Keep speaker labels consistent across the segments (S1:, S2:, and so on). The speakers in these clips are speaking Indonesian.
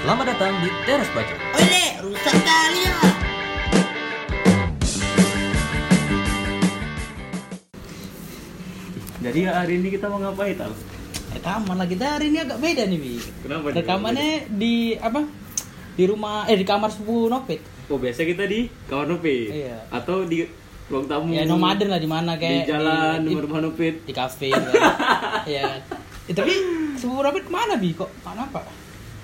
S1: Selamat datang di Teras Baca.
S2: Ole, rusak kali ya.
S3: Jadi hari ini kita mau ngapain tahu?
S2: Rekaman Eh, lah kita hari ini agak beda nih, Bi.
S3: Kenapa nih?
S2: Rekamannya di apa? Di rumah eh di kamar sepupu Nopit.
S3: Oh biasa kita di kamar Nupit
S2: Iya.
S3: atau di ruang tamu.
S2: Ya nomaden lah di mana
S3: Di
S2: kayak
S3: jalan
S2: di,
S3: nomor rumah Nupit.
S2: di kafe gitu. Iya kan. Eh, tapi sepupu Nopit kemana, Bi? Kok kenapa?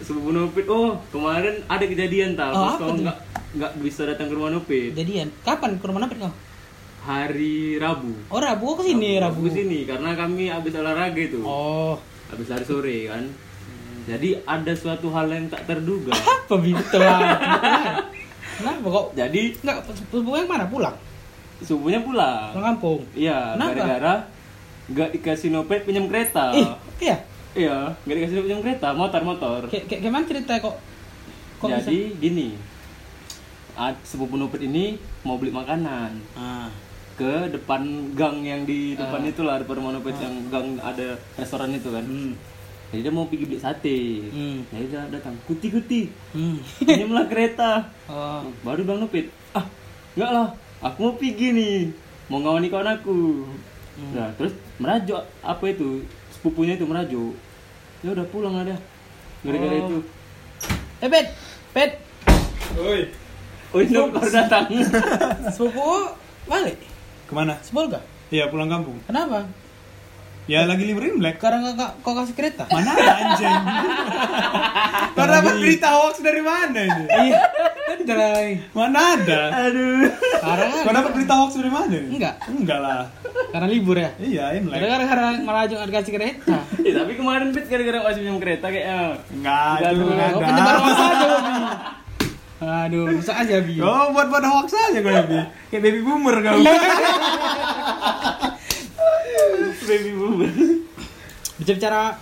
S3: Sepupu Nupit. Oh kemarin ada kejadian tahu.
S2: Oh,
S3: Pas
S2: apa
S3: kamu
S2: tuh?
S3: nggak nggak bisa datang ke rumah Nupit
S2: Jadian. Kapan ke rumah Nopit kau?
S3: hari Rabu.
S2: Oh, Rabu kok kesini Rabu.
S3: Ke sini karena kami habis olahraga itu.
S2: Oh. Hmm.
S3: Habis lari sore kan. Jadi ada suatu hal yang tak terduga.
S2: Apa Bi? Betul lah. Kenapa kok
S3: Jadi
S2: enggak sepupu yang mana pulang?
S3: subuhnya pulang.
S2: Pulang kampung.
S3: Iya,
S2: Kenapa?
S3: gara-gara nggak dikasih Nupit pinjam kereta.
S2: Ih, iya.
S3: Iya, nggak dikasih Nupit pinjam kereta, motor-motor.
S2: Kayak kayak gimana cerita kok kok bisa?
S3: Jadi gini, ad- sepupu Nupet ini mau beli makanan
S2: Ah.
S3: ke depan gang yang di depan itulah depan rumah Nupet yang gang ada restoran itu kan.
S2: Ah. Hmm.
S3: Jadi dia mau pergi beli sate.
S2: Hmm.
S3: Jadi dia datang, kuti kuti,
S2: Hmm.
S3: pinjamlah kereta.
S2: Oh.
S3: Baru bang Nupet, ah nggak lah, aku mau pergi nih, mau ngawani kawan aku.
S2: Hmm.
S3: Nah terus merajuk apa itu sepupunya itu merajuk. Ya udah pulang ada. Gara-gara
S2: Oh.
S3: itu.
S2: Eh, Bet. Bet.
S3: Oh, ini baru datang.
S2: Sepupu balik.
S4: Kemana?
S2: Sepulga.
S4: Ya pulang kampung.
S2: Kenapa?
S4: Ya lagi liburan Black.
S2: Karena kakak kok kasih kereta?
S4: Mana ada anjing? Kau dapat berita hoax dari mana ini?
S2: Iya. Enggak lah.
S4: Mana ada?
S3: Aduh.
S2: Karena
S4: Kau dapat berita hoax dari mana? ini?
S2: Enggak.
S4: Enggak lah.
S2: karena libur ya.
S4: Iya, Imlek.
S2: Karena karena merajung ada kasih kereta.
S3: Ya, tapi kemarin Pit gara-gara masih minum kereta ah, kayaknya.
S4: Enggak,
S3: Enggak
S4: itu
S3: dulu.
S4: enggak
S2: Kau Oh, penyebar
S4: ada.
S2: hoax aja, Bi. Aduh, rusak aja, Bi.
S4: Kau buat buat Oh, hoax aja kau Bi. Kayak baby boomer kau.
S2: Iya.
S3: Baby boomer.
S2: Bicara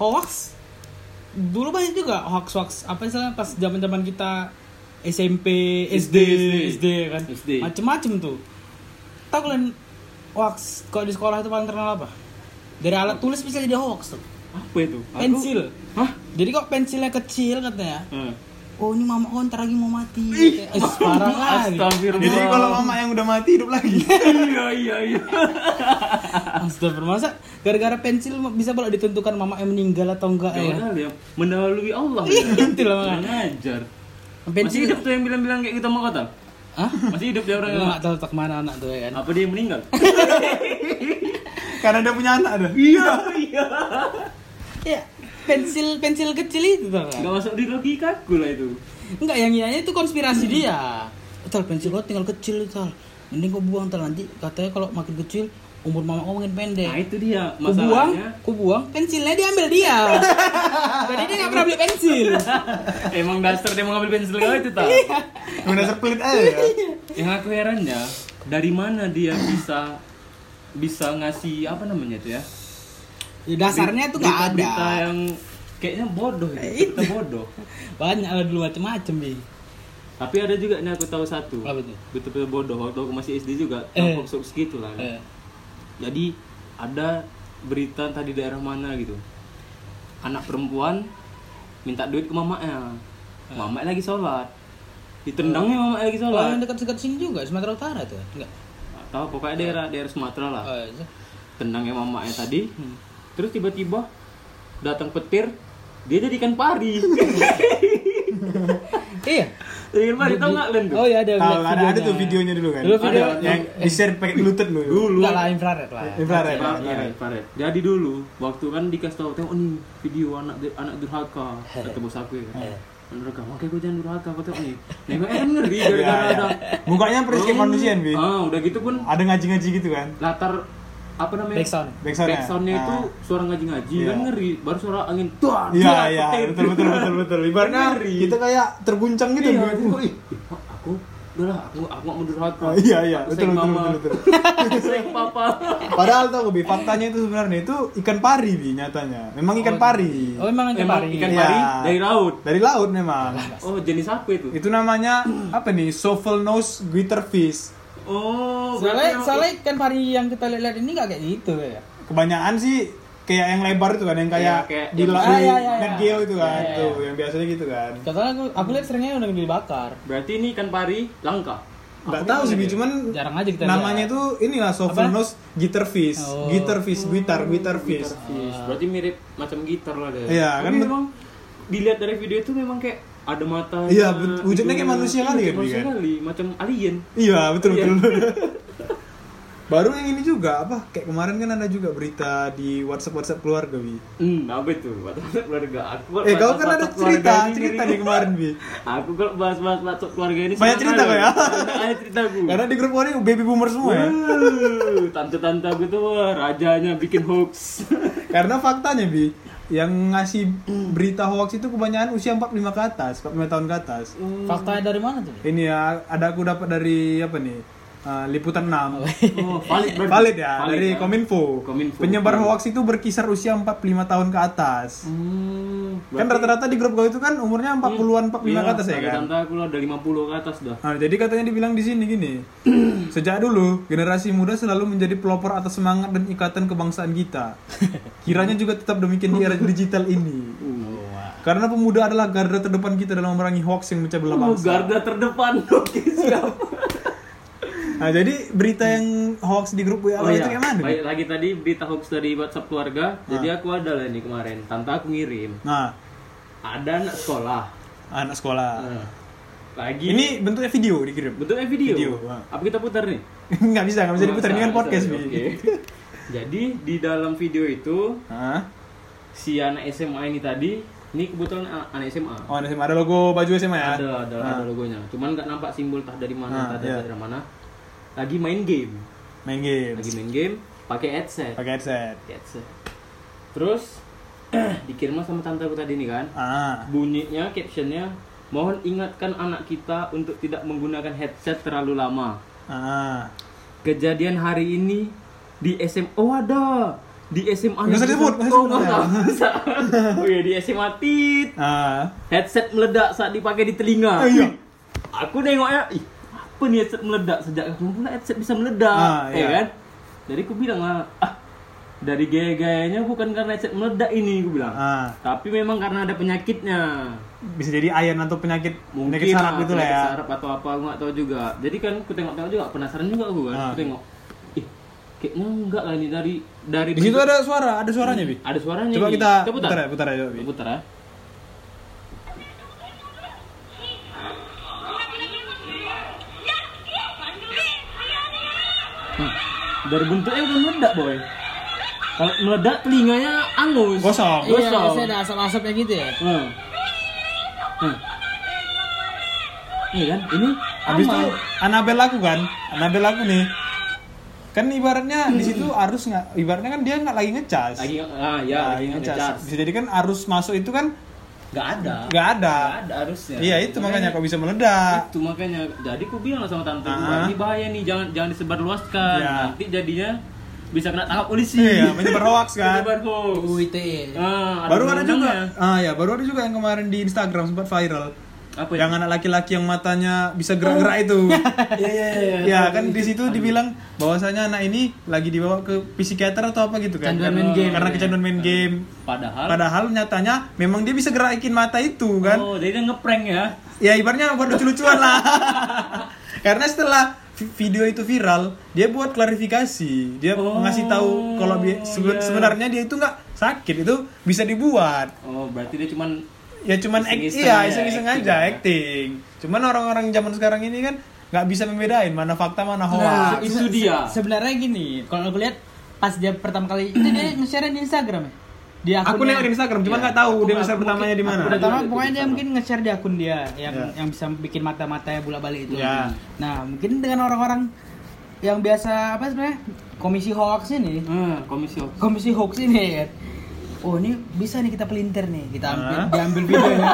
S2: hoax dulu banyak juga hoax hoax apa misalnya pas zaman zaman kita SMP SD SD,
S3: SD.
S2: kan
S3: SD.
S2: macem-macem tuh tau kalian hoax kalau di sekolah itu paling terkenal apa dari alat tulis bisa jadi hoax tuh
S3: Apa itu? Aku-
S2: pensil
S3: Hah?
S2: jadi kok pensilnya kecil katanya
S3: Eh.
S2: oh ini mama kau ntar lagi mau mati eh, parah kali
S3: Astagfirullah.
S4: Jadi kalau mama yang udah mati hidup lagi.
S3: iya iya iya.
S2: astagfirullah masa gara-gara pensil bisa boleh ditentukan mama yang meninggal atau enggak
S3: Jauh
S2: ya
S3: kali ya. Mendahului Allah.
S2: Ih,
S3: ya.
S2: itu Iya, lah, makanya.
S3: Mengajar. Masih
S2: pensil
S3: hidup tuh yang bilang-bilang kayak gitu mau kota?
S2: Hah?
S3: Masih hidup dia orang
S2: Gue nggak tahu tak mana anak tuh ya kan
S3: Apa dia yang meninggal?
S4: Karena dia punya anak ada.
S3: iya iya.
S2: Iya, pensil pensil kecil itu tau
S3: Gak
S2: nggak?
S3: masuk di logika aku lah itu.
S2: Enggak, yang ngiranya itu konspirasi dia. Tal pensil lo tinggal kecil tal. Mending kau buang tal nanti katanya kalau makin kecil umur mama kau makin pendek.
S3: Nah itu dia
S2: Kau buang,
S3: masalahnya.
S2: kau buang, pensilnya diambil dia. Jadi dia nggak pernah beli pensil.
S3: Emang dasar dia mau ngambil pensil kau itu tau?
S2: Iya.
S4: Yang dasar pelit aja. ya.
S3: yang aku herannya dari mana dia bisa bisa ngasih apa namanya itu ya
S2: Ya, dasarnya tuh nggak ada. Eh,
S3: berita yang kayaknya bodoh ya kita bodoh
S2: Banyak lah dulu macam-macam bi.
S3: tapi ada juga nih aku tahu satu
S2: Apa tuh?
S3: betul-betul bodoh waktu aku masih SD juga
S2: Eh.
S3: eh. hoax hoax gitu lah
S2: Eh,
S3: jadi ada berita tadi daerah mana gitu anak perempuan minta duit ke mamanya mamanya lagi sholat ditendangnya mamanya lagi
S2: Kalau
S3: sholat
S2: Ah. Oh. yang dekat-dekat sini juga Sumatera Utara tuh, enggak?
S3: atau pokoknya daerah daerah Sumatera lah
S2: Oh, itu.
S3: tendangnya mamanya tadi
S2: Hmm.
S3: terus tiba-tiba datang petir dia jadikan pari
S2: Iya.
S3: jadikan pari tau nggak Len tuh
S2: Oh ya ada.
S4: Tahu
S2: lihat
S4: ada ada tuh videonya dulu kan.
S2: Dulu video.
S4: Ada yang di share pakai lutut lu. ya?
S3: dulu
S2: Enggak lah infrared lah.
S4: Infrared.
S3: Pari, pari, pari. jadi dulu waktu kan dikasih tahu tengok nih video anak anak durhaka kata bos aku ya kan anak durhaka makanya gue jangan durhaka kata nih nengoknya kan ngeri gara-gara
S4: Iya, iya.
S3: ada
S4: Mukanya persis kayak manusiaan, Bi.
S3: ah udah gitu pun
S4: Ada ngaji-ngaji gitu kan.
S3: latar apa namanya
S2: Backsound.
S4: Backsoundnya.
S3: Backsoundnya itu
S4: Ah.
S3: suara ngaji-ngaji
S4: Iya.
S3: kan ngeri baru suara angin tuan
S4: Iya
S3: tuan,
S4: iya
S3: petir.
S4: betul betul betul betul. Ibaratnya
S3: Ngeri.
S4: kita kayak terguncang gitu.
S3: Iya,
S4: Bi.
S3: aku, ih, aku udahlah aku aku nggak mau durhaka.
S4: Oh, iya iya
S3: Aku
S4: betul
S3: sayang
S4: betul
S3: mama,
S4: betul. betul.
S3: aku sayang papa.
S4: Padahal tau bi faktanya itu sebenarnya itu ikan pari bi nyatanya. Memang ikan pari.
S2: Oh emang ikan
S3: Emang
S2: pari.
S3: ikan
S4: Iya.
S3: pari dari laut.
S4: Dari laut memang.
S3: Oh jenis apa itu?
S4: Itu namanya apa nih? Shovel nose glitterfish.
S3: Oh
S2: Soalnya,
S3: berarti-
S2: soalnya ikan pari yang kita lihat-lihat ini nggak kayak gitu ya.
S4: Kebanyakan sih kayak yang lebar itu kan yang kayak,
S3: Iya, kayak-
S4: di
S3: yang-
S4: la-
S2: Ah,
S4: di
S2: iya, iya,
S4: Net
S2: iya.
S4: Geo itu kan
S2: Iya, iya.
S4: tuh yang biasanya gitu kan
S2: Contohnya aku, aku lihat seringnya udah dibakar.
S3: Berarti ini ikan pari langka.
S4: nggak tahu sih Bi, cuman
S2: Jarang aja kita
S4: namanya
S2: lihat.
S4: tuh inilah Sopranos Guitar Fish
S2: Oh.
S4: Guitar Fish Guitar Guitar Fish
S3: Fish. Berarti mirip macam gitar lah deh. Tapi
S4: Iya, kan bet-
S3: memang dilihat dari video itu memang kayak ada mata.
S4: Iya, bet- wujudnya kayak manusia kali kan,
S3: Manusia
S4: Bi, kan?
S3: kali, macam alien.
S4: iya betul
S3: Iya.
S4: betul baru yang ini juga apa kayak kemarin kan ada juga berita di WhatsApp WhatsApp keluarga bi
S3: Hmm, apa itu? WhatsApp keluarga aku.
S4: eh kau kan ada
S3: WhatsApp keluarga
S4: cerita
S3: ini
S4: cerita
S3: ngeri.
S4: nih kemarin bi
S3: Aku kalau bahas-bahas WhatsApp keluarga ini
S4: Banyak cerita
S3: senang
S4: kau ya?
S3: kali. Ada ada cerita Iya. aku.
S4: karena di grup ini baby boomer semua ya
S3: Wuh, Tante-tante aku tuh wah, rajanya bikin hoax.
S4: Karena faktanya Bi, yang ngasih berita hoax itu kebanyakan usia 45 ke atas, 45 tahun ke atas.
S3: Hmm.
S2: Faktanya dari mana tuh?
S4: Ini ya, ada aku dapat dari apa nih? eh, liputan 6.
S3: Oh, valid berarti.
S4: Valid ya, dari
S3: ya.
S4: Kominfo.
S3: Kominfo.
S4: Penyebar
S3: Valid.
S4: hoax itu berkisar usia 45 tahun ke atas.
S3: Hmm, berarti- Hmm.
S4: Kan rata-rata di grup gue itu kan umurnya 40-an, 45 ke atas ya kan?
S3: Tante Iya, aku lah dari 50 ke atas dah.
S4: Nah, jadi katanya dibilang di sini gini. Sejak dulu, generasi muda selalu menjadi pelopor atas semangat dan ikatan kebangsaan kita. Kiranya juga tetap demikian di era digital ini. Karena pemuda adalah garda terdepan kita dalam memerangi hoax yang mecah belah
S3: Oh,
S4: bangsa.
S3: garda terdepan. Oke, siap.
S4: Nah, jadi berita yang hoax di grup
S3: Oh,
S4: WA itu yang mana?
S3: iya. Baik,
S4: Ah.
S3: lagi tadi berita hoax dari WhatsApp keluarga. Jadi aku ada lah ini kemarin. Tante aku ngirim.
S4: Nah,
S3: Ada anak sekolah.
S4: anak sekolah.
S3: Nah, Lagi
S4: Ah. Ini bentuknya video dikirim.
S3: bentuknya video.
S4: Video, ah.
S3: Apa kita putar nih?
S4: nggak bisa, nggak bisa diputar. Ini kan
S3: Bisa,
S4: podcast,
S3: bisa.
S4: Bi.
S3: Oke. Jadi di dalam video itu
S4: Hah?
S3: si anak SMA ini tadi, ini kebetulan an- anak SMA.
S4: Oh, ada, ada logo baju SMA ya?
S3: Ada, ada, ada logonya. Cuman nggak nampak simbol tah dari
S4: Ah,
S3: mana, tah
S4: iya.
S3: dari mana. Lagi main game,
S4: Main game.
S3: lagi main game, pakai headset.
S4: Pakai headset.
S3: Pakai headset. Terus dikirimlah sama tante aku tadi nih kan.
S4: Ah.
S3: Bunyinya captionnya mohon ingatkan anak kita untuk tidak menggunakan headset terlalu lama.
S4: Ah.
S3: Kejadian hari ini di SM Oh ada di SMA
S4: Nggak usah
S3: negeri-
S4: disebut, nggak usah
S3: Oh
S4: disebut.
S3: nggak usah. Oh iya di SMA tit
S4: Ah.
S3: headset meledak saat dipakai di telinga.
S4: Ah, iya.
S3: Aku nengoknya, ih, apa nih headset meledak sejak kapan pula headset bisa meledak,
S4: Ah,
S3: ya
S4: iya.
S3: kan? Jadi aku bilang lah, ah, dari gaya-gayanya bukan karena headset meledak ini, aku bilang.
S4: Ah.
S3: Tapi memang karena ada penyakitnya.
S4: Bisa jadi ayan atau penyakit
S3: Mungkin
S4: penyakit saraf
S3: lah,
S4: gitu lah ya.
S3: penyakit saraf atau apa, aku nggak tahu juga. Jadi kan aku tengok-tengok juga, penasaran juga aku kan,
S4: Ah.
S3: aku tengok. Ih, kayaknya enggak lah ini dari dari
S4: Di situ ada suara, ada suaranya, Bi.
S3: ada suaranya.
S4: Coba
S3: nih.
S4: kita
S3: Kita putar.
S4: putar ya, putar aja, Bi.
S3: Aku putar ya. Hmm. Dari bentuknya udah meledak boy. Kalau meledak telinganya angus.
S4: Gosong.
S2: Iya,
S3: Gosong.
S2: biasanya ada asap-asapnya gitu ya.
S3: Hmm. Hmm. Iya kan? Ini
S4: Habis itu
S3: aman.
S4: Anabel aku kan, Anabel aku nih. Kan ibaratnya di situ arus nggak, ibaratnya kan dia nggak lagi ngecas.
S3: Hmm. lagi ah ya
S4: Nggak
S3: lagi ngecas.
S4: Bisa jadi kan arus masuk itu kan
S3: Gak ada.
S4: nggak ada.
S3: Nggak ada harusnya.
S4: Iya itu makanya kok bisa meledak.
S3: itu Gitu, makanya jadi ku bilang sama tante ku,
S4: Ah.
S3: ini bahaya nih jangan jangan disebarluaskan
S4: Iya.
S3: nanti jadinya bisa kena tangkap polisi
S4: Iya, menyebar hoax kan.
S3: Menyebar hoax.
S2: UITE.
S3: Ah,
S4: Baru ada juga.
S3: undang-undangnya.
S4: Ah ya, baru ada juga yang kemarin di Instagram sempat viral.
S3: apa
S4: Yang anak laki-laki yang matanya bisa gerak-gerak itu.
S3: iya iya iya
S4: ya kan di situ dibilang bahwasanya anak ini lagi dibawa ke psikiater atau apa gitu kan.
S2: Kecanduan
S4: Karena-
S2: main game.
S4: Karena kecanduan main game.
S3: Iya. padahal
S4: Padahal nyatanya memang dia bisa gerakin mata itu kan.
S3: oh jadi dia ngeprank ya
S4: ya ibarnya buat lucu-lucuan lah karena setelah vi- video itu viral dia buat klarifikasi dia
S3: Oh,
S4: ngasih tahu kalau bi- sebe-
S3: iya.
S4: sebenarnya dia itu nggak sakit itu bisa dibuat
S3: oh berarti dia cuman
S4: ya cuman act-
S3: Iseng-iseng
S4: iya
S3: aja,
S4: iseng-iseng
S3: acting
S4: aja
S3: ya.
S4: acting cuman orang-orang zaman sekarang ini kan nggak bisa membedain mana fakta mana hoax
S3: itu dia.
S2: sebenarnya gini, kalau aku lihat pas dia pertama kali itu dia nge-share di Instagram ya. Di
S4: aku
S2: akunnya.
S4: nengok di Instagram cuman
S3: Iya.
S4: nggak tahu
S3: Aku-
S4: dia besar
S3: aku
S4: pertamanya
S3: mungkin-
S4: di mana
S3: aku udah-
S2: pertama
S3: Ada juga
S2: pokoknya
S3: di
S2: dia
S3: Instagram.
S2: mungkin nge-share di akun dia yang
S4: Ya.
S2: yang bisa bikin mata-matanya bolak-balik itu.
S4: Ya.
S2: Nah, mungkin dengan orang-orang yang biasa apa sebenarnya komisi hoax ini,
S3: ah komisi hoax.
S2: komisi hoax ini ya. Oh ini bisa nih kita pelintir nih kita ambil
S4: Hah?
S2: diambil videonya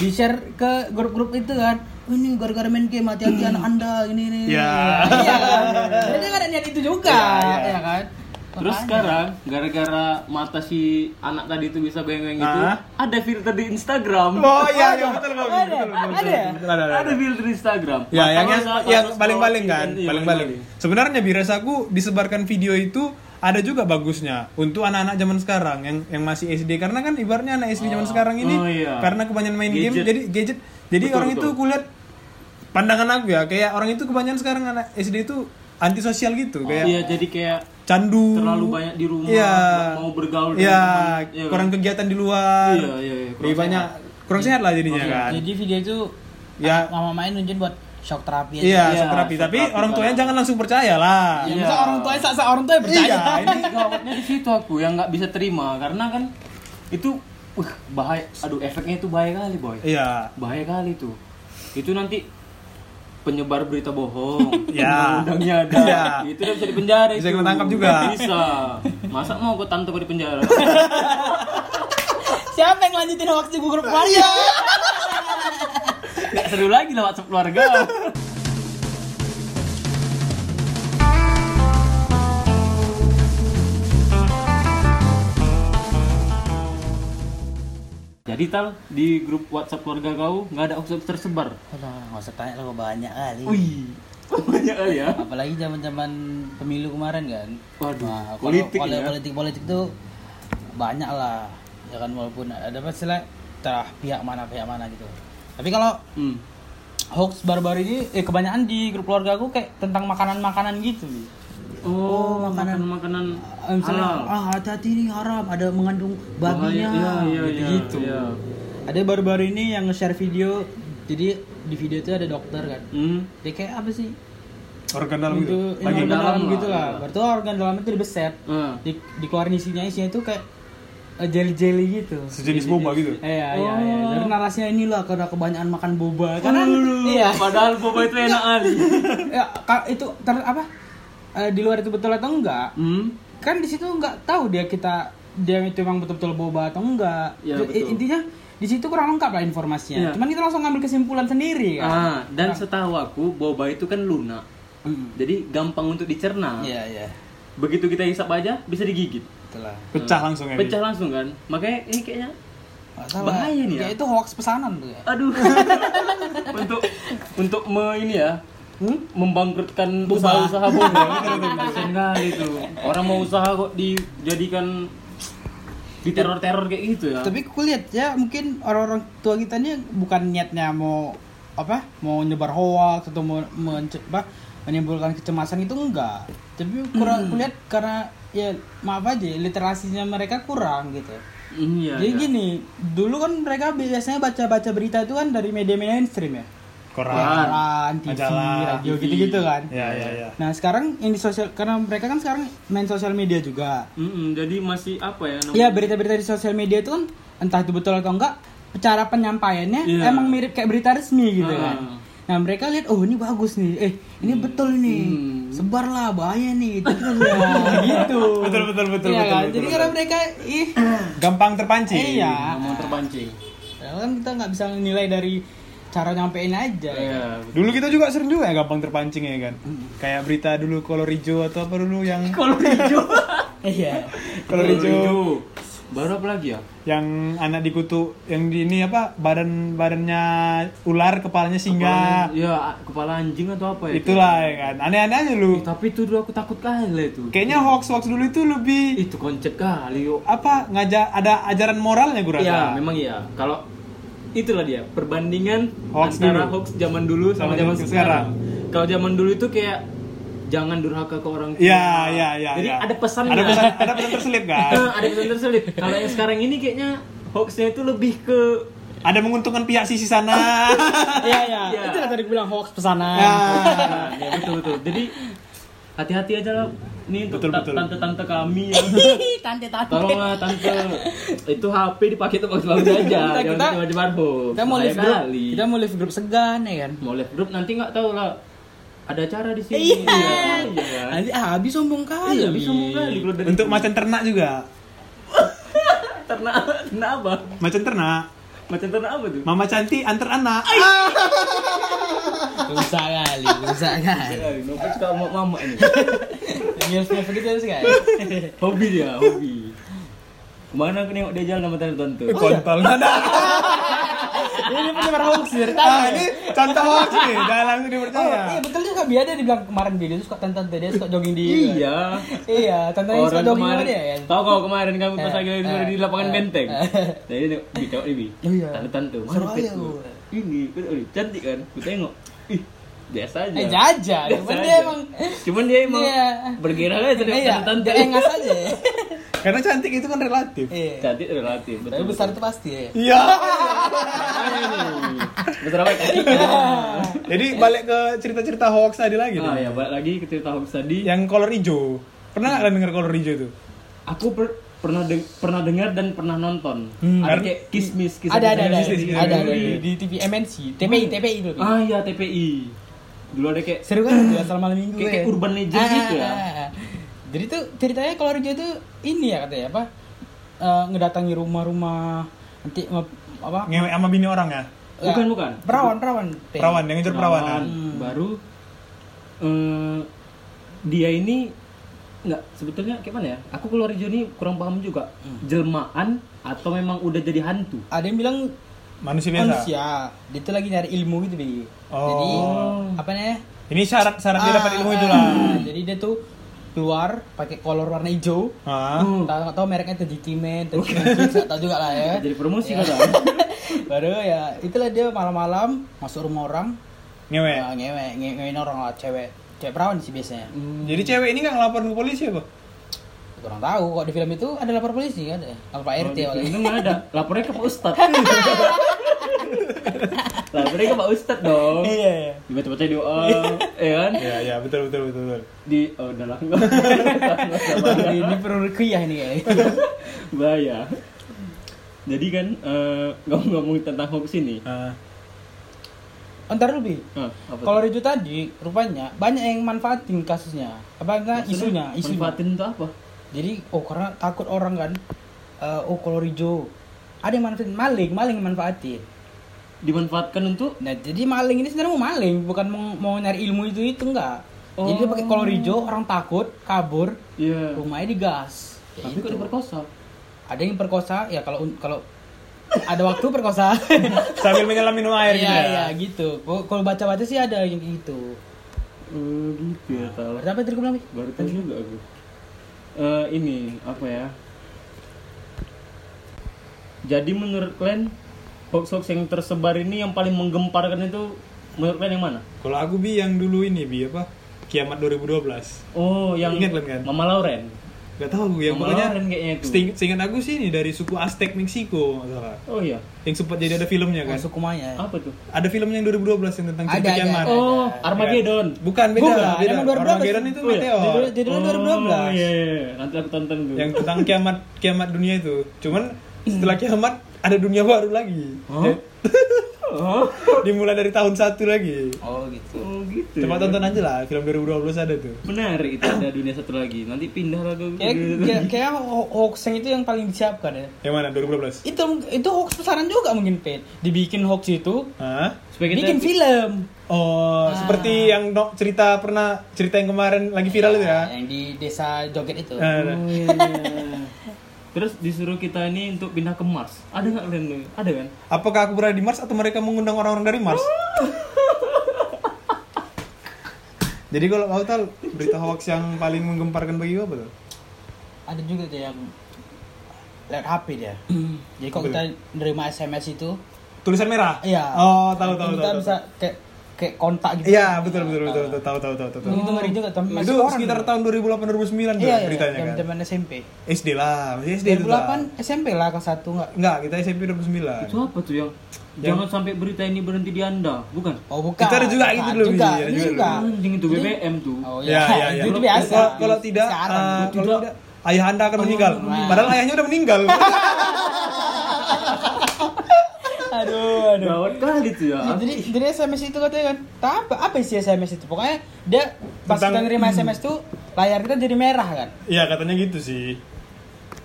S2: di share ke grup-grup itu kan oh, ini gara-gara main game hati-hati anak anda ini ini ini.
S4: Hmm. Ya.
S2: iya kan jadi nggak ada niat itu juga
S4: Ya,
S2: ya,
S4: ya.
S2: kan
S3: Terus
S2: Makanya.
S3: sekarang gara-gara mata si anak tadi itu bisa goyang-goyang gitu,
S4: Ah.
S3: ada filter di Instagram.
S4: oh iya iya betul
S2: ada
S4: betul betul, betul, betul,
S2: ada ya?
S4: betul, ada, ada, ada.
S3: Ada filter di Instagram.
S4: Ya, yang
S3: Mata
S4: yang
S3: masa-
S4: yang
S3: mata
S4: paling-paling
S3: sekolah,
S4: kan,
S3: iya,
S4: paling-paling. Sebenarnya bi rasaku disebarkan video itu ada juga bagusnya untuk anak-anak zaman sekarang yang yang masih SD karena kan ibaratnya anak SD zaman sekarang ini
S3: oh iya.
S4: karena kebanyakan main game
S3: Gadget.
S4: jadi gadget jadi
S3: Betul,
S4: orang
S3: betul.
S4: itu kulihat pandangan aku ya kayak orang itu kebanyakan sekarang anak SD itu antisosial gitu kayak
S3: Iya, jadi kayak
S4: candu
S3: terlalu banyak di rumah,
S4: Iya.
S3: nggak mau bergaul dengan
S4: Iya,
S3: teman, iya kan?
S4: kurang kegiatan di luar
S3: Iya, iya, iya, kurang Iya.
S4: Lebih banyak kurang sehat lah jadinya
S3: Kurang
S4: kan
S2: Jadi video itu
S4: ya
S2: mama main nunjukin buat shock terapi aja.
S4: iya
S3: Iya,
S4: shock therapy.
S3: shock
S4: tapi
S3: therapy
S4: orang tuanya
S3: banget.
S4: jangan langsung percaya lah
S5: Ya,
S3: Iya.
S5: masa orang tua sak sak orang tua percaya.
S4: Iya, ini
S3: gawatnya Nah, di situ aku yang nggak bisa terima karena kan itu uh, bahaya aduh efeknya itu bahaya kali boy
S4: iya
S3: bahaya kali tuh itu nanti penyebar berita bohong
S4: Ya.
S3: undang-undangnya ada
S4: Ya.
S3: itu udah bisa dipenjara
S4: Bisa
S3: itu.
S4: kena tangkap juga.
S3: bisa masa mau ke tante kau dipenjara
S5: Siapa yang lanjutin hoax di grup
S3: Iya.
S5: keluarga?
S3: nggak seru lagi lah WhatsApp keluarga Jadi tal di grup WhatsApp keluarga kau nggak ada hoax tersebar.
S2: Alah, nggak usah tanya lah kok banyak kali.
S3: Wih, banyak kali ya.
S2: Apalagi zaman-zaman pemilu kemarin kan.
S3: Waduh,
S2: Nah, kalau
S3: politik
S2: poli-
S3: ya.
S2: politik-politik tuh banyak lah. Ya kan walaupun ada masalah terah pihak mana pihak mana gitu. Tapi kalau
S3: Hmm.
S2: hoax baru-baru ini eh, kebanyakan di grup keluarga aku kayak tentang makanan-makanan gitu. Bi.
S3: Oh, makanan makanan
S2: Ah, misalnya,
S3: halal.
S2: ah hati-hati nih haram, ada mengandung
S3: Bahaya,
S2: babinya.
S3: iya, iya, iya,
S2: gitu.
S3: iya.
S2: Ada baru-baru ini yang nge-share video. Jadi di video itu ada dokter kan.
S3: Hmm.
S2: Dia kayak apa sih?
S4: organ dalam gitu
S2: Untuk
S4: lagi
S2: organ dalam
S3: dalam
S2: gitu
S3: lah,
S2: lah.
S3: iya.
S2: Berarti organ dalam itu dibeset.
S3: Ah.
S2: Di, dikeluarin isinya, isinya itu kayak eh, jelly-jelly gitu.
S4: sejenis boba gitu
S2: Eh, Iya, iya, iya. Dari narasinya inilah karena kebanyakan makan
S3: Oh,
S2: boba. Karena
S3: Aduh,
S2: iya.
S3: Padahal boba itu enak kali.
S2: ya, ka- itu ter, apa? Eh, di luar itu betul atau enggak?
S3: Hmm.
S2: kan di situ nggak tahu dia kita dia itu emang betul-betul boba atau enggak.
S3: Ya,
S2: Jadi,
S3: betul.
S2: Intinya di situ kurang lengkap lah informasinya.
S3: Iya.
S2: Cuman kita langsung ngambil kesimpulan sendiri kan.
S3: Ah, dan setahu aku boba itu kan lunak.
S2: Hmm.
S3: Jadi gampang untuk dicerna.
S2: Iya, iya.
S3: Begitu kita hisap aja bisa digigit. Ah.
S2: Itulah.
S4: pecah langsung ya
S3: Pecah langsung kan. Makanya ini kayaknya
S2: Masalah.
S3: Bahaya nih ya.
S2: Kayak itu hoax pesanan tuh ya.
S3: aduh. untuk untuk me ini ya.
S2: Hmm?
S3: membangkrutkan usaha-usaha boba. Kasian kali itu. Orang mau usaha kok dijadikan diteror-teror kayak gitu ya.
S2: Tapi aku lihat ya mungkin orang-orang tua kita ini bukan niatnya mau apa? Mau nyebar hoax atau mau mence- apa, menimbulkan kecemasan itu enggak. Tapi kurang
S3: Hmm.
S2: kulihat karena ya maaf aja literasinya mereka kurang gitu.
S3: Iya.
S2: Jadi
S3: iya.
S2: gini, dulu kan mereka biasanya baca-baca berita itu kan dari media mainstream ya.
S4: koran
S3: Koran.
S2: Koran, TV,
S4: Majalah,
S2: radio
S3: TV.
S2: gitu-gitu kan.
S3: Iya.
S4: ya ya ya
S2: Nah, sekarang yang di sosial karena mereka kan sekarang main sosial media juga.
S3: Mm-mm, Hmm, jadi masih apa ya namanya?
S2: Ya, berita-berita di sosial media itu kan entah itu betul atau enggak, cara penyampaiannya
S3: Iya.
S2: emang mirip kayak berita resmi gitu
S3: Ah.
S2: kan. Nah, mereka lihat, oh ini bagus nih. Eh, ini betul nih.
S3: Hmm.
S2: Sebarlah bahaya nih. Gitu. Nah, gitu.
S4: betul betul betul
S2: Iya
S4: betul,
S2: kan?
S4: betul,
S2: Jadi
S4: betul.
S2: karena mereka ih
S4: gampang terpancing
S3: Nggak
S2: iya.
S3: mau terpancing.
S2: Ya kan kita nggak bisa nilai dari cara nyampein aja.
S3: Iya.
S4: Dulu kita juga sering juga ya gampang terpancing ya kan. Kayak berita dulu kolor hijau atau apa dulu yang
S3: Kalau hijau.
S2: Iya.
S4: kolor hijau
S3: Hijau. Baru apa lagi ya?
S4: yang anak dikutuk yang di ini apa badan badannya ular kepalanya
S3: Kepala-
S4: singa.
S3: Ya, a- kepala anjing atau apa ya?
S4: Itulah ya kan. Aneh-aneh aja
S3: Eh,
S4: lu.
S3: tapi itu dulu aku takut kali lah itu.
S4: Kayaknya hoax hoax dulu itu lebih
S3: itu konsep kali yuk.
S4: apa ngajak ada ajaran moralnya gue rasa.
S3: Iya, memang iya. Kalau itulah dia perbandingan
S4: Hoax
S3: antara
S4: dulu.
S3: hoax zaman dulu sama
S4: Sama
S3: zaman
S4: zaman
S3: sekarang.
S4: sekarang.
S3: Kalau zaman dulu itu kayak jangan durhaka ke orang tua.
S4: Iya, iya, iya.
S3: Jadi
S4: iya.
S3: ada pesannya.
S4: Ada pesan, ada pesan terselip kan.
S3: Eh, ada pesan terselip. Kalau yang sekarang ini kayaknya hoaxnya itu lebih ke
S4: ada menguntungkan pihak sisi sana.
S5: Iya, iya.
S3: Iya.
S5: Itu yang tadi aku bilang hoax pesanan.
S4: Ah.
S3: ya betul betul. Jadi hati-hati aja lah. Ini untuk
S4: Betul,
S3: ta-
S4: betul.
S3: tante-tante kami ya. Tolonglah tante, itu HP dipakai tuh bagus bagus aja.
S2: Kita-
S3: Jangan
S2: kita-
S3: cuma jebar hoax.
S2: Kita mau
S3: Bahaya
S2: live grup,
S3: kali.
S2: kita mau live grup segan ya kan.
S3: mau live group nanti nggak tahu lah. Ada acara di sini. Iya.
S2: Nanti ah, habis sombong kali.
S3: Iya, bisa mau kali kalau dari
S4: Untuk macan ternak juga.
S3: ternak ternak apa?
S4: Macan ternak.
S3: Macam ternak apa tuh?
S4: Mama cantik antar anak.
S2: Rusak kali, rusak kali.
S3: Ya, Nopo suka mau mama ini.
S2: Ngilf-ngilf gitu harus kan.
S3: hobi dia, hobi. Kemana aku nengok dia jalan sama tante tante?
S4: Kontol. Ada.
S2: Ini dia penyebar hoax dari tadi.
S4: Ah, ini contoh hoax nih, jangan langsung dipercaya.
S2: Iya betul juga biar dia dibilang kemarin dia suka tante dia suka jogging di
S3: Iya.
S2: iya tante dia suka
S3: Orang
S2: jogging
S3: kemarin,
S2: mana dia ya
S3: tahu kalau kemarin kamu pas
S2: Eh,
S3: lagi
S2: eh,
S3: di lapangan
S2: eh,
S3: benteng.
S2: eh.
S3: Jadi dia di cowok ini,
S2: Iya.
S3: tante tante,
S2: Seru
S3: mana pet
S2: aja
S3: lu?
S2: lu.
S3: Ini, kan, aduh, cantik kan? Ku tengok, ih biasa aja.
S2: eh jajan
S3: Biasa
S2: cuman
S3: aja.
S2: dia emang
S3: cuman dia emang
S2: Iya.
S3: bergerak aja dari
S2: iya
S3: tante
S2: dia engas aja ya
S4: Karena cantik itu kan relatif.
S2: iya
S3: Cantik relatif.
S2: tapi
S3: betul.
S2: besar itu pasti ya
S4: Iya.
S3: Aduh, besar apa kaki?
S4: Jadi balik ke cerita-cerita hoax tadi lagi.
S3: Ah ya
S4: nih.
S3: balik lagi ke cerita hoax tadi.
S2: Iya.
S4: Yang kolor hijau. Pernah kalian dengar kolor hijau itu?
S3: Aku per- pernah deng- pernah dengar dan pernah nonton.
S4: Hmm.
S3: Ada
S4: Karena-
S3: kayak kismis kisah
S2: ada ada ada
S3: kisah- kisah-
S2: ada ada.
S3: kisah-
S2: di di TV MNC TPI TPI dulu
S3: Ah iya TPI. Dulu ada kayak
S2: seru kan itu asal malam minggu
S3: Kayak-
S2: ya.
S3: kayak urban legend gitu ya.
S2: ah. jadi tuh ceritanya kalau Rujo tuh ini ya katanya apa Eh, ngedatangi rumah-rumah nanti nge- apa
S4: Ngewe sama bini orang ya?
S3: bukan bukan.
S2: perawan perawan Teh.
S4: Perawan, yang ngejar perawanan.
S3: Perawan. Nah, Baru eh, dia ini nggak sebetulnya kayak mana ya? Aku keluar hijau ini kurang paham juga. Jelmaan atau memang udah jadi hantu?
S2: ada yang bilang
S4: Manusia biasa.
S2: manusia dia tuh lagi nyari ilmu gitu bi jadi
S4: Oh.
S2: apa namanya
S4: Ini syarat-syarat dia dapat
S2: Ah,
S4: ilmu
S2: ah,
S4: itulah.
S2: ah. jadi dia tuh keluar pakai kolor warna hijau
S4: Hah?
S2: tahu nggak tahu mereknya tuh GT Man, tuh GT tahu juga lah ya.
S3: Jadi promosi
S2: Iya.
S3: kata.
S2: Baru ya itulah dia malam-malam masuk rumah orang,
S4: Ngewe.
S2: eh, ngewe, ngewe, ngewein orang lah cewek, cewek perawan sih biasanya.
S4: Jadi cewek ini nggak ngelaporin ke polisi apa?
S2: Kurang tahu kok di film itu ada lapor polisi kan, eh, lapor Pak
S3: Kalau Oh,
S2: RT
S3: di
S2: awalnya.
S3: film nggak ada. Lapornya ke Pak Ustadz. Lapornya ke Pak Ustadz dong.
S2: Iya. iya.
S3: Dibaca-baca doa, ya kan?
S4: Iya, iya, betul betul betul. betul.
S3: Di oh udah lah enggak. Nggak usah bahas.
S2: Ini ini perlu rukiah ini kayaknya.
S3: Bahaya. Jadi kan eh, ngomong-ngomong tentang hoax ini.
S4: Ah.
S2: Ntar dulu, Bi.
S3: Nah, apa
S2: Kalau
S3: tuh?
S2: Rejo tadi rupanya banyak yang manfaatin kasusnya. Apa enggak isunya,
S3: Maksudnya,
S2: isunya.
S3: Manfaatin itu apa?
S2: Jadi oh karena takut orang kan eh, oh kolor hijau. Ada yang manfaatin maling, maling yang manfaatin.
S3: Dimanfaatkan untuk
S2: Nah, jadi maling ini sebenarnya mau maling, bukan mau, mau nyari ilmu itu itu enggak. Jadi dia pakai kolor hijau, orang takut, kabur,
S3: Iya.
S2: rumahnya digas. Ya
S3: Tapi kok
S2: itu.
S3: diperkosa?
S2: Ada yang perkosa, ya kalau kalau ada waktu perkosa.
S4: Sambil menyelam minum
S2: Iya,
S4: air gitu ya.
S2: iya gitu. Kalau kalau baca-baca sih ada yang kayak gitu.
S3: Eh gitu ya tahu.
S2: Berapa tadi gue bilang? Wi?
S3: Baru tahu juga aku. Eh ini apa ya? Jadi menurut kalian hoax-hoax yang tersebar ini yang paling menggemparkan itu menurut kalian yang mana?
S4: Kalau aku bi yang dulu ini bi apa? Kiamat 2012.
S3: Oh, yang
S4: Ingat kalian kan?
S3: Mama Lauren.
S4: Gak tahu aku yang
S3: Mama
S4: pokoknya
S3: Lauren kayaknya itu.
S4: seting- Seingat aku sih ini dari suku Aztec Meksiko nggak salah.
S3: Oh iya.
S4: Yang sempat jadi ada filmnya kan.
S2: Masuk kumanya.
S3: Apa tuh?
S4: Ada filmnya yang 2012 yang tentang
S2: Ada,
S4: cerita
S2: ada,
S4: kiamat.
S2: ada.
S3: Eh. Oh, Armageddon.
S4: Bukan beda.
S2: Bukan,
S4: beda.
S2: emang 2012.
S4: Armageddon itu
S3: Oh, iya.
S4: meteor.
S2: Judul- Judulnya
S3: Oh,
S2: 2012.
S3: iya, iya, iya. Nanti aku tonton tuh.
S4: Yang tentang kiamat kiamat dunia itu. Cuman setelah kiamat ada dunia baru lagi.
S3: Hah? Oh,
S4: Dimulai dari tahun satu lagi.
S2: Oh gitu.
S3: oh gitu.
S4: Coba
S3: ya.
S4: tonton aja lah film 2012 ada tuh.
S3: Menarik itu ada dunia satu lagi. Nanti pindah lah ke
S2: Kayak kayak, kayak ho- hoax yang itu yang paling disiapkan ya.
S4: Yang mana 2012?
S2: Itu itu hoax pesanan juga mungkin, Pet. Dibikin hoax itu,
S4: Hah?
S3: supaya kita
S2: bikin film.
S4: Oh,
S3: Ah.
S4: seperti yang no, cerita pernah cerita yang kemarin lagi viral itu ya.
S2: Yang di desa joget itu.
S4: Nah, nah.
S3: Oh, iya, iya. Terus disuruh kita ini untuk pindah ke Mars. Ada nggak kalian? tuh? Ada kan?
S4: Apakah aku berada di Mars atau mereka mengundang orang-orang dari Mars? Jadi kalau kau tahu berita hoax yang paling menggemparkan bagi kau apa tuh?
S2: Ada juga tuh yang lihat HP dia. Jadi kalau kita nerima SMS itu,
S4: Tulisan merah.
S2: Iya.
S4: Oh, tahu tahu
S2: kita
S4: tahu. tahu.
S2: bisa kayak kayak kontak gitu.
S4: Iya, betul betul betul betul tahu tahu tahu tahu. tahu.
S2: Oh. Itu ngeri juga, tapi
S4: Itu
S2: masih orang.
S4: sekitar tahun 2008 2009 tuh
S2: Iya, iya,
S4: beritanya
S2: zaman-
S4: kan.
S2: zaman SMP.
S4: SD lah, masih SD itu lah.
S2: 2008 SMP lah kelas 1 enggak.
S4: Enggak, kita SMP
S3: Itu
S4: 2009.
S3: apa tuh yang Jangan sampai berita ini berhenti di anda, bukan?
S2: Oh bukan.
S4: Kita ada juga
S2: Bukan
S4: gitu dulu,
S2: juga. Hmm.
S4: iya,
S2: Ini
S4: juga
S2: juga.
S3: Anjing itu BBM tuh.
S2: Ah. Oh
S4: Iya,
S2: iya,
S4: iya, iya.
S2: itu biasa.
S4: Kalau, kalau tidak,
S2: Sekarang. gitu. Oh,
S4: eh, kalau tidak, ayah anda akan meninggal.
S2: iya.
S4: Padahal ayahnya udah meninggal.
S2: Aduh, aduh.
S3: Gawat kali tuh ya.
S2: Jadi, jadi SMS itu katanya kan, tak apa, apa isi SMS itu? Pokoknya dia pas kita
S4: Tentang-
S2: nerima SMS tuh layar kita jadi merah kan.
S4: Iya katanya gitu sih.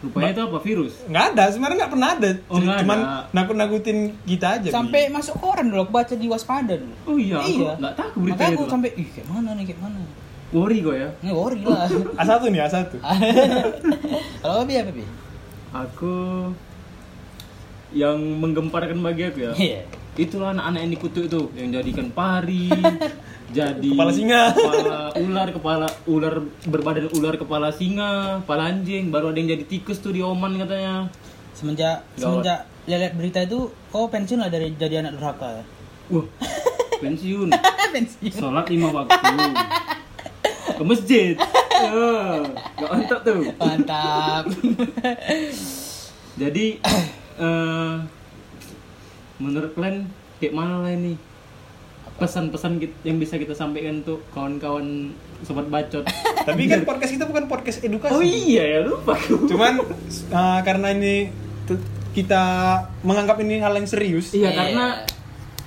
S3: Rupanya itu apa virus?
S4: Nggak ada, sebenarnya nggak pernah ada.
S3: Oh, nggak
S4: Cuman
S3: ada.
S4: nakut-nakutin kita aja. Bi.
S2: Sampai masuk koran dulu, aku baca di waspada dulu.
S3: Oh iya, aku
S2: Iya.
S3: nggak tahu
S2: Makanya
S3: beritanya
S2: aku
S3: itu.
S2: sampai, ih kayak mana nih, kayak mana?
S3: Worry gue ya.
S2: Ini worry lah.
S4: A1 nih, A1.
S2: Ah. Kalau Abi apa Bi?
S3: Aku yang menggemparkan bagi aku ya.
S2: Iya.
S3: itulah anak-anak yang dikutuk itu yang jadikan pari jadi
S4: Kepala singa.
S3: kepala ular kepala ular berbadan ular kepala singa kepala anjing baru ada yang jadi tikus tuh di Oman katanya
S2: Semenjak
S3: Gawat.
S2: semenjak lihat berita itu, oh pensiun lah dari jadi anak durhaka.
S3: wah pensiun
S2: pensiun.
S3: sholat lima waktu ke masjid ya gak mantap tuh
S2: Mantap.
S3: jadi eh, menurut kalian kayak mana lah ini pesan-pesan kit- yang bisa kita sampaikan untuk kawan-kawan sobat bacot
S4: Tapi kan podcast kita bukan podcast edukasi.
S3: oh iya ya lupa aku
S4: Cuman eh, karena ini tu- kita menganggap ini hal yang serius.
S3: Iya
S2: Iya.
S3: karena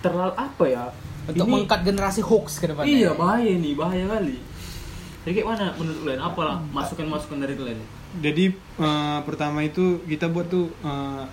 S3: terlalu apa ya?
S2: Untuk
S3: Ini-
S2: mengangkat generasi hoax ke depannya.
S3: Iya bahaya nih bahaya kali. Jadi kayak mana menurut kalian? Apalah masukan-masukan dari kalian?
S4: Jadi eh, pertama itu kita buat tuh eh,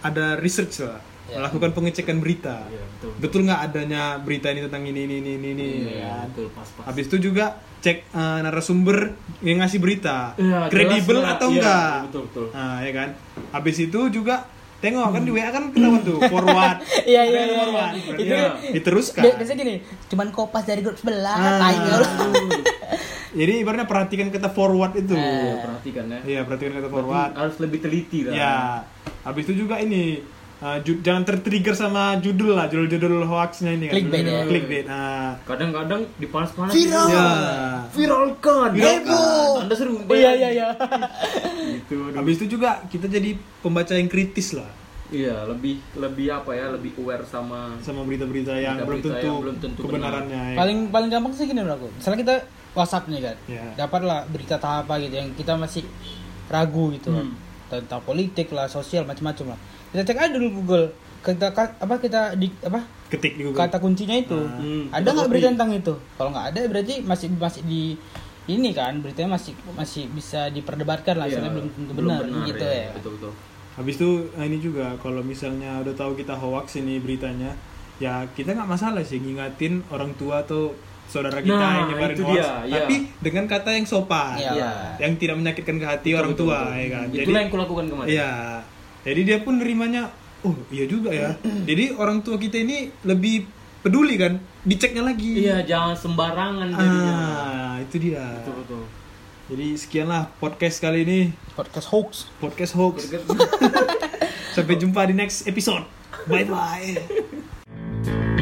S4: ada research lah, melakukan pengecekan berita.
S3: Iya, Ya. betul. Iya,
S4: Betul nggak adanya berita ini tentang ini ini ini ini, ini ya kan?
S3: betul pas-pas.
S4: Habis itu juga cek eh, narasumber yang ngasih berita,
S3: Iya,
S4: kredibel
S3: jelas nggak?
S4: atau
S3: Iya,
S4: enggak.
S3: betul, betul.
S4: Nah, ya kan. Habis itu juga tengok kan di WA kan ketahuan tuh forward.
S2: Iya iya
S4: Ada yang
S2: iya.
S4: forward.
S2: Itu
S4: Iya,
S2: kan-
S4: diteruskan.
S2: Bi- Biasanya gini, cuman kopas dari grup sebelah,
S4: Ah.
S2: tai nggak lu.
S4: Jadi ibaratnya perhatikan kata forward itu.
S3: Iya, perhatikan ya.
S4: Iya, perhatikan kata forward.
S3: Berarti Harus lebih teliti lah.
S4: Ya, habis itu juga ini uh, ju- jangan tertrigger sama judul lah, judul-judul hoaxnya ini kan.
S2: Clickbait
S4: Judul-
S2: ya.
S4: Clickbait. Nah,
S3: Kadang-kadang dipanas-panas. gitu.
S2: Viral.
S4: ya.
S3: Viralkan. Heboh. Anda seru.
S2: Iya iya iya.
S3: Gitu. aduh.
S4: Habis itu juga kita jadi pembaca yang kritis lah
S3: Iya, lebih lebih apa ya? Lebih aware sama
S4: sama berita-berita yang,
S3: Berita-berita
S4: belum, tentu
S3: yang belum tentu
S4: kebenarannya. ya.
S2: Paling paling gampang sih gini menurut aku. Misalnya kita WhatsApp nih kan.
S4: Iya.
S2: Dapatlah berita tahap apa gitu yang kita masih ragu gitu. kan. Tentang politik lah, sosial macam-macam lah. Kita cek aja dulu Google. Kita ka- apa kita di apa
S4: ketik di Google.
S2: kata kuncinya itu
S3: Hmm.
S2: ada nggak berita tentang itu kalau nggak ada berarti masih masih di ini kan beritanya masih masih bisa diperdebatkan lah
S3: Iya,
S2: soalnya belum tentu
S3: belum
S2: benar, gitu
S3: iya,
S2: ya,
S3: Betul-betul.
S4: Habis itu eh, ini juga kalau misalnya udah tahu kita hoax ini beritanya, ya kita nggak masalah sih ngingatin orang tua atau saudara kita
S3: Nah,
S4: yang nyebarin
S3: itu
S4: hoax,
S3: dia, iya.
S4: tapi dengan kata yang sopan,
S2: Iya.
S3: Iya.
S4: yang tidak menyakitkan ke hati orang tua, ya kan.
S3: Itulah yang kulakukan kemarin.
S4: Iya. Jadi dia pun nerimanya, oh iya juga ya. Jadi orang tua kita ini lebih peduli kan, diceknya lagi.
S3: Iya, jangan sembarangan jadinya.
S4: Ah, itu dia.
S3: Betul betul.
S4: Jadi sekianlah podcast kali ini,
S2: podcast hoax
S4: podcast hoax. Sampai jumpa di next episode. Bye bye.